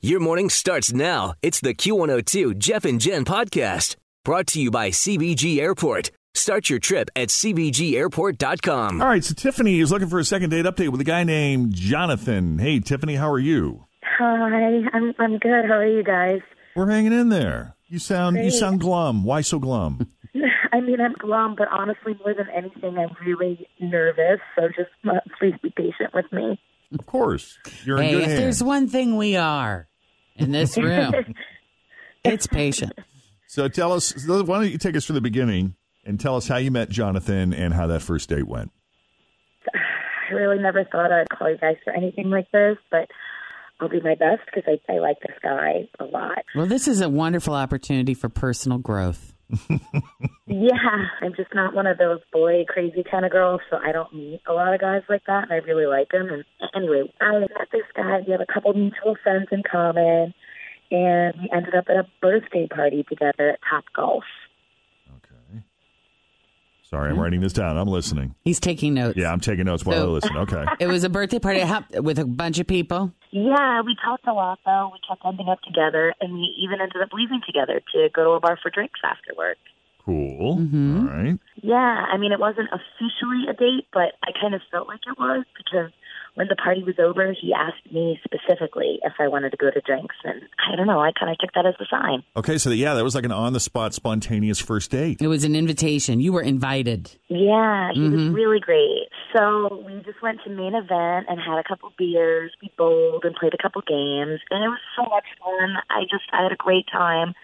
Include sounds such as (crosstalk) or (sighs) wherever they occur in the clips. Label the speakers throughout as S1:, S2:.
S1: Your morning starts now. It's the Q102 Jeff and Jen podcast brought to you by CBG Airport. Start your trip at CBGAirport.com.
S2: All right, so Tiffany is looking for a second date update with a guy named Jonathan. Hey, Tiffany, how are you?
S3: Hi, I'm I'm good. How are you guys? (laughs)
S2: We're hanging in there. You sound you
S3: Great.
S2: sound glum. Why so glum?
S3: I mean, I'm glum, but honestly, more than anything, I'm really nervous. So just uh, please be patient with me.
S2: of course, you're in
S4: Hey,
S2: good
S4: if
S2: hands.
S4: there's one thing we are in this room, it's patient.
S2: so tell us. Why don't you take us from the beginning and tell us how you met Jonathan and how that first date went?
S3: I really never thought I'd call you guys for anything like this, but I'll do my best because I, I like this guy a lot.
S4: Well, this is a wonderful opportunity for personal growth.
S3: Yeah, I'm just not one of those boy crazy kind of girls, so I don't meet a lot of guys like that, and I really like him. And anyway, I met this guy. We have a couple mutual friends in common, and we ended up at a birthday party together at Top Golf.
S2: Okay. Sorry, I'm writing this down. I'm listening.
S4: He's taking notes.
S2: Yeah, I'm taking notes while I
S4: Hmm? So-
S2: listen.
S4: (laughs)
S2: Okay.
S4: It was a birthday party hap- with a bunch of people.
S3: Yeah, we talked a lot though. We kept ending up together, and we even ended up leaving together to go to a bar for drinks after work.
S2: Cool.
S4: Mm-hmm.
S2: All right.
S3: Yeah, I mean, it wasn't officially a date, but I kind of felt like it was because when the party was over, he asked me specifically if I wanted to go to drinks, and I don't know, I kind of took that as a sign.
S2: Okay. So yeah, that was like an on the spot, spontaneous first date.
S4: It was an invitation. You were invited.
S3: Yeah, he was really great. So we just went to main event and had a couple beers. We bowled and played a couple games, and it was so much fun. I just I had a great time.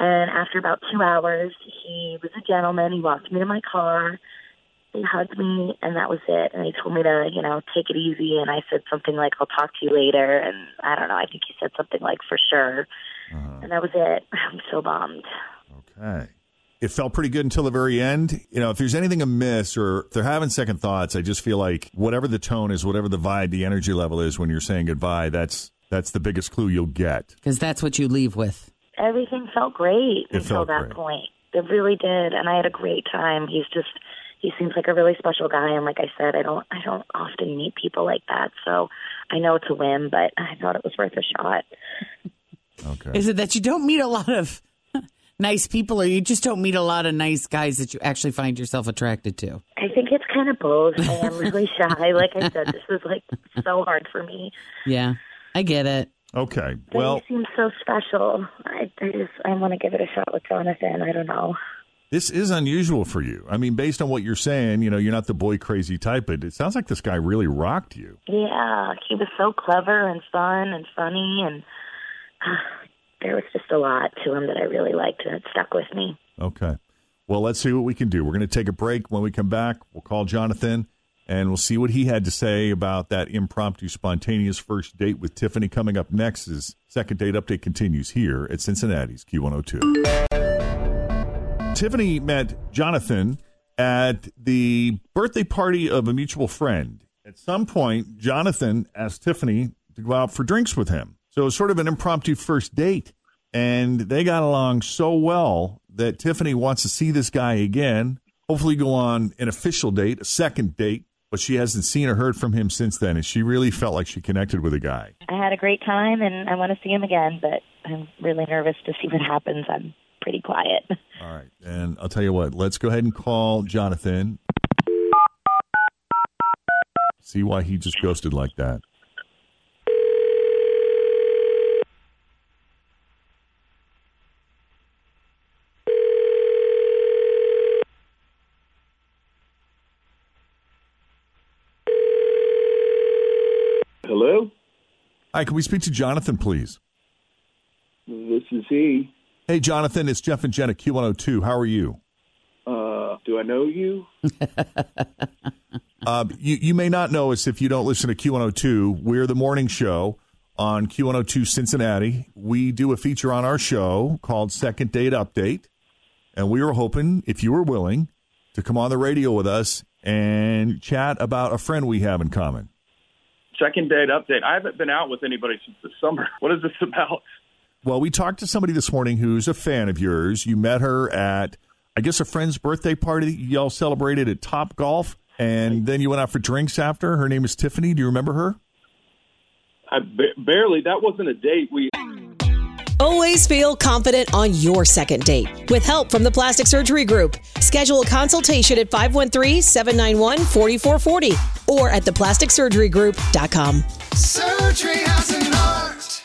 S3: And after about two hours, he was a gentleman. He walked me to my car. He hugged me, and that was it. And he told me to, you know, take it easy. And I said something like, "I'll talk to you later." And I don't know. I think he said something like, "For sure." And that was it. (laughs) I'm so bummed.
S2: Okay. It felt pretty good until the very end. You know, if there's anything amiss or if they're having second thoughts, I just feel like whatever the tone is, whatever the vibe, the energy level is when you're saying goodbye, that's that's the biggest clue you'll get.
S4: Because that's what you leave with.
S3: everything felt great
S2: It
S3: until
S2: felt
S3: that
S2: great.
S3: point. It really did, and I had a great time. He's just he seems like a really special guy, and like I said, I don't I don't often meet people like that, so I know it's a whim, but I thought it was worth a shot.
S2: Okay.
S4: Is it that you don't meet a lot of (laughs) nice people, or you just don't meet a lot of nice guys that you actually find yourself attracted to?
S3: I think it's kind of both. I am
S2: (laughs)
S3: really shy. Like I said, this was like so hard for me.
S4: Yeah, I get it.
S2: Okay.
S3: But
S2: Well,
S3: he seems so special. I, I just I want to give it a shot with Jonathan. I don't know.
S2: this is unusual for you. I mean, based on what you're saying, you know, you're not the boy crazy type, but it sounds like this guy really rocked you.
S3: Yeah, he was so clever and fun and funny, and (sighs) there was just a lot to him that I really liked, and it stuck with me.
S2: Okay. Well, let's see what we can do. We're going to take a break. When we come back, we'll call Jonathan and we'll see what he had to say about that impromptu, spontaneous first date with Tiffany coming up next as Second Date Update continues here at Cincinnati's Q102. Tiffany met Jonathan at the birthday party of a mutual friend. At some point, Jonathan asked Tiffany to go out for drinks with him. So it was sort of an impromptu first date and they got along so well that Tiffany wants to see this guy again. Hopefully, go on an official date, a second date, but she hasn't seen or heard from him since then, and she really felt like she connected with a guy.
S3: I had a great time, and I want to see him again, but I'm really nervous to see what happens. I'm pretty quiet. (laughs)
S2: All right, and I'll tell you what, let's go ahead and call Jonathan. See why he just ghosted like that.
S5: Hello,
S2: Hi, can we speak to Jonathan, please?
S5: this is he.
S2: Hey, Jonathan, it's Jeff and Jen at Q102. How are you?
S5: Uh, do I know you?
S2: Um, oh Uh, you, you may not know us if you don't listen to Q102. We're the morning show on Q102 Cincinnati. We do a feature on our show called Second Date Update. And we were hoping, if you were willing, to come on the radio with us and chat about a friend we have in common.
S5: Second date update. I haven't been out with anybody since the summer. (laughs) What is this about?
S2: Well, we talked to somebody this morning who's a fan of yours. You met her at, I guess, a friend's birthday party. Y'all celebrated at Top Golf, and then you went out for drinks after. Her name is Tiffany. Do you remember her?
S5: I ba- barely. That wasn't a date. We
S6: Always feel confident on your second date. With help from the Plastic Surgery Group, schedule a consultation at 513 791 4440 or at theplasticsurgerygroup.com.
S7: Surgery has an art.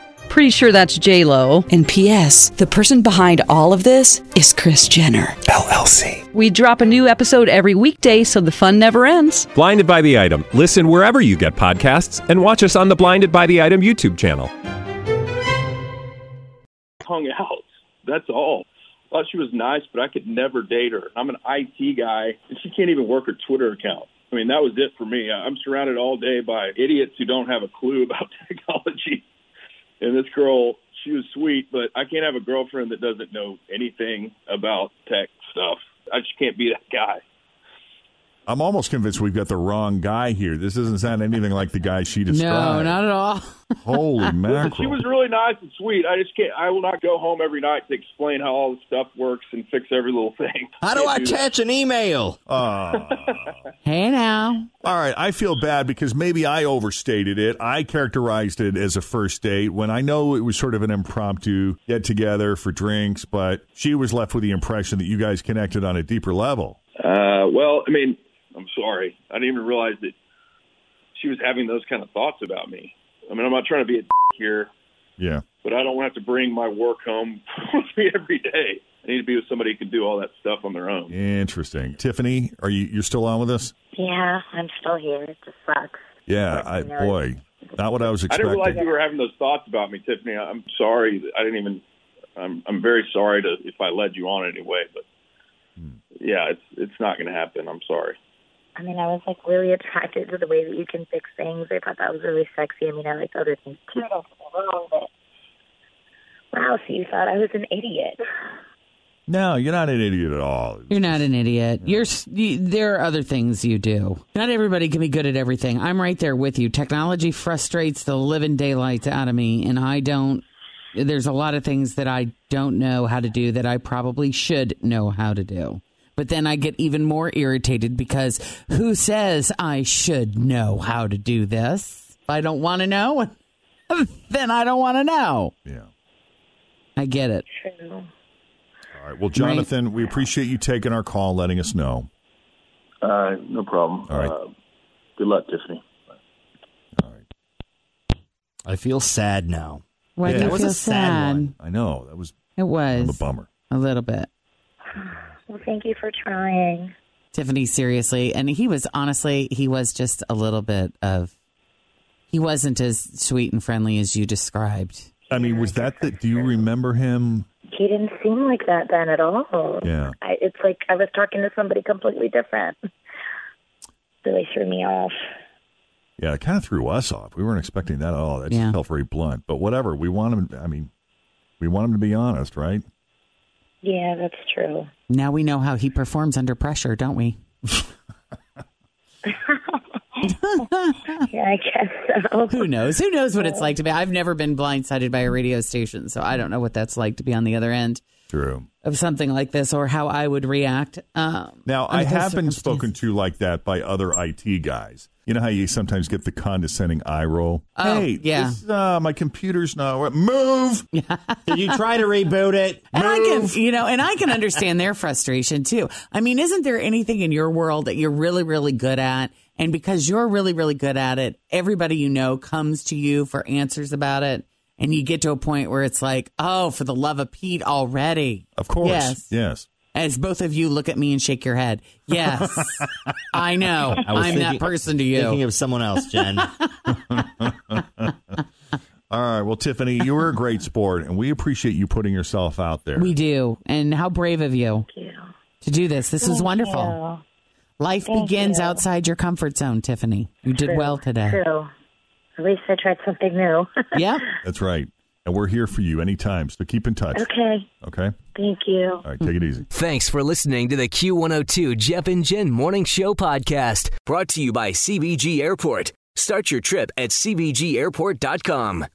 S8: Pretty sure that's J Lo.
S6: And P.S. The person behind all of this is Chris Jenner.
S9: LLC.
S8: We drop a new episode every weekday, so the fun never ends.
S9: Blinded by the item. Listen wherever you get podcasts, and watch us on the Blinded by the Item YouTube channel.
S5: hung out. That's all. Thought she was nice, but I could never date her. I'm an IT guy, and she can't even work her Twitter account. I mean, that was it for me. I'm surrounded all day by idiots who don't have a clue (laughs) about technology. And this girl, she was sweet, but I can't have a girlfriend that doesn't know anything about tech stuff. I just can't be that guy.
S2: I'm almost convinced we've got the wrong guy here. This doesn't sound anything like the guy she
S4: No,
S2: described.
S5: (laughs)
S4: not at all.
S2: Holy mackerel!
S5: She was really nice and sweet. I just can't. I will not go home every night to explain how all this stuff works and fix every little thing.
S7: How do I attach an email?
S4: Hey now.
S2: All right, I feel bad because maybe I overstated it. I characterized it as a first date when I know it was sort of an impromptu get together for drinks, but she was left with the impression that you guys connected on a deeper level.
S5: Uh, well, I mean, I'm sorry. I didn't even realize that she was having those kind of thoughts about me. I mean, I'm not trying to be a d- here,
S2: Yeah.
S5: but I don't have to bring my work home (laughs) with me every day. I need to be with somebody who can do all that stuff on their own.
S2: Interesting. Tiffany, are you you're still on with us?
S3: Yeah, I'm still here. It just sucks.
S2: Yeah, I boy. Not what I was
S5: I didn't realize you
S2: expecting.
S5: were having those thoughts about me, Tiffany. I- I'm sorry. that- I didn't even. I'm I'm very sorry to if I led you on in any way, but
S2: Hmm.
S5: yeah, it's it's not going to happen. I'm sorry.
S3: I mean, I was like really attracted to the way that you can fix things. I thought that was really sexy. I mean, I like other things too. Don't get me wrong, but wow, so you thought I was an idiot.
S2: No, you're not an idiot at all.
S4: You're not an idiot. You're s- you, there are other things you do. Not everybody can be good at everything. I'm right there with you. Technology frustrates the living daylights out of me, and I don't. There's a lot of things that I don't know how to do that I probably should know how to do. But then I get even more irritated because who says I should know how to do this? If I don't want to know, (laughs) then I don't want to know.
S2: Yeah.
S4: I get it.
S3: True.
S2: All right. Well, Jonathan, we appreciate you taking our call, and letting us know.
S5: Uh, no problem.
S2: All right. Uh,
S5: good luck, Tiffany.
S7: I feel sad now.
S4: Why do
S2: Yeah.
S4: you
S2: That was
S4: feel
S7: a sad one.
S2: I know. That was
S4: It
S2: I'm a
S4: was
S2: bummer.
S4: a little bit.
S3: Well, thank you for trying.
S4: Tiffany, seriously. And he was honestly, he was just a little bit of, he wasn't as sweet and friendly as you described.
S2: I mean, was that the do you remember him?
S3: He didn't seem like that then at all.
S2: Yeah.
S3: I, it's like I was talking to somebody completely different. Really threw me off.
S2: Yeah, it kind of threw us off. We weren't expecting that at all. That just
S4: Yeah.
S2: felt very blunt. But whatever. We want him. I mean, we want him to be honest, right?
S3: Yeah, that's true.
S4: Now we know how he performs under pressure, don't we?
S3: Yeah, I guess so.
S4: Who knows? Who knows what it's like to be? I've never been blindsided by a radio station, so I don't know what that's like to be on the other end
S2: True.
S4: of something like this or how I would react. Um,
S2: Now, I
S4: under those
S2: have been
S4: circumstances.
S2: spoken to like that by other IT guys. You know how you sometimes get the condescending eye roll?
S4: Oh,
S2: hey,
S4: yeah.
S2: this, uh, my computer's not wor- Move!
S7: Did you try to reboot it?
S4: And I can, you know, and I can understand their frustration too. I mean, isn't there anything in your world that you're really, really good at? And because you're really, really good at it, everybody you know comes to you for answers about it. And you get to a point where it's like, oh, for the love of Pete already.
S2: Of course.
S4: Yes.
S2: Yes.
S4: as both of you look at me and shake your head.
S7: (laughs)
S4: Yes, I know.
S7: I
S4: I'm
S7: was
S4: that
S7: thinking-
S4: person to you.
S7: Thinking of someone else, Jen.
S2: All right. Well, Tiffany, you were a great sport, and we appreciate you putting yourself out there.
S4: We do. And how brave of you
S3: you.
S4: to do this. This is
S3: Thank
S4: wonderful.
S3: you.
S4: Life
S3: Thank
S4: begins
S3: you.
S4: outside your comfort zone, Tiffany. You did
S3: True,
S4: well today.
S3: True. At least I tried something new.
S4: Yep.
S2: That's right. And we're here for you anytime. So keep in touch.
S3: (laughs) okay.
S2: Okay.
S3: Thank you.
S2: All right. Take
S4: Mm-hmm.
S2: it easy.
S1: Thanks for listening to the Q102 Jeff and Jen Morning Show podcast, brought to you by CBG Airport. Start your trip at CBGAirport.com.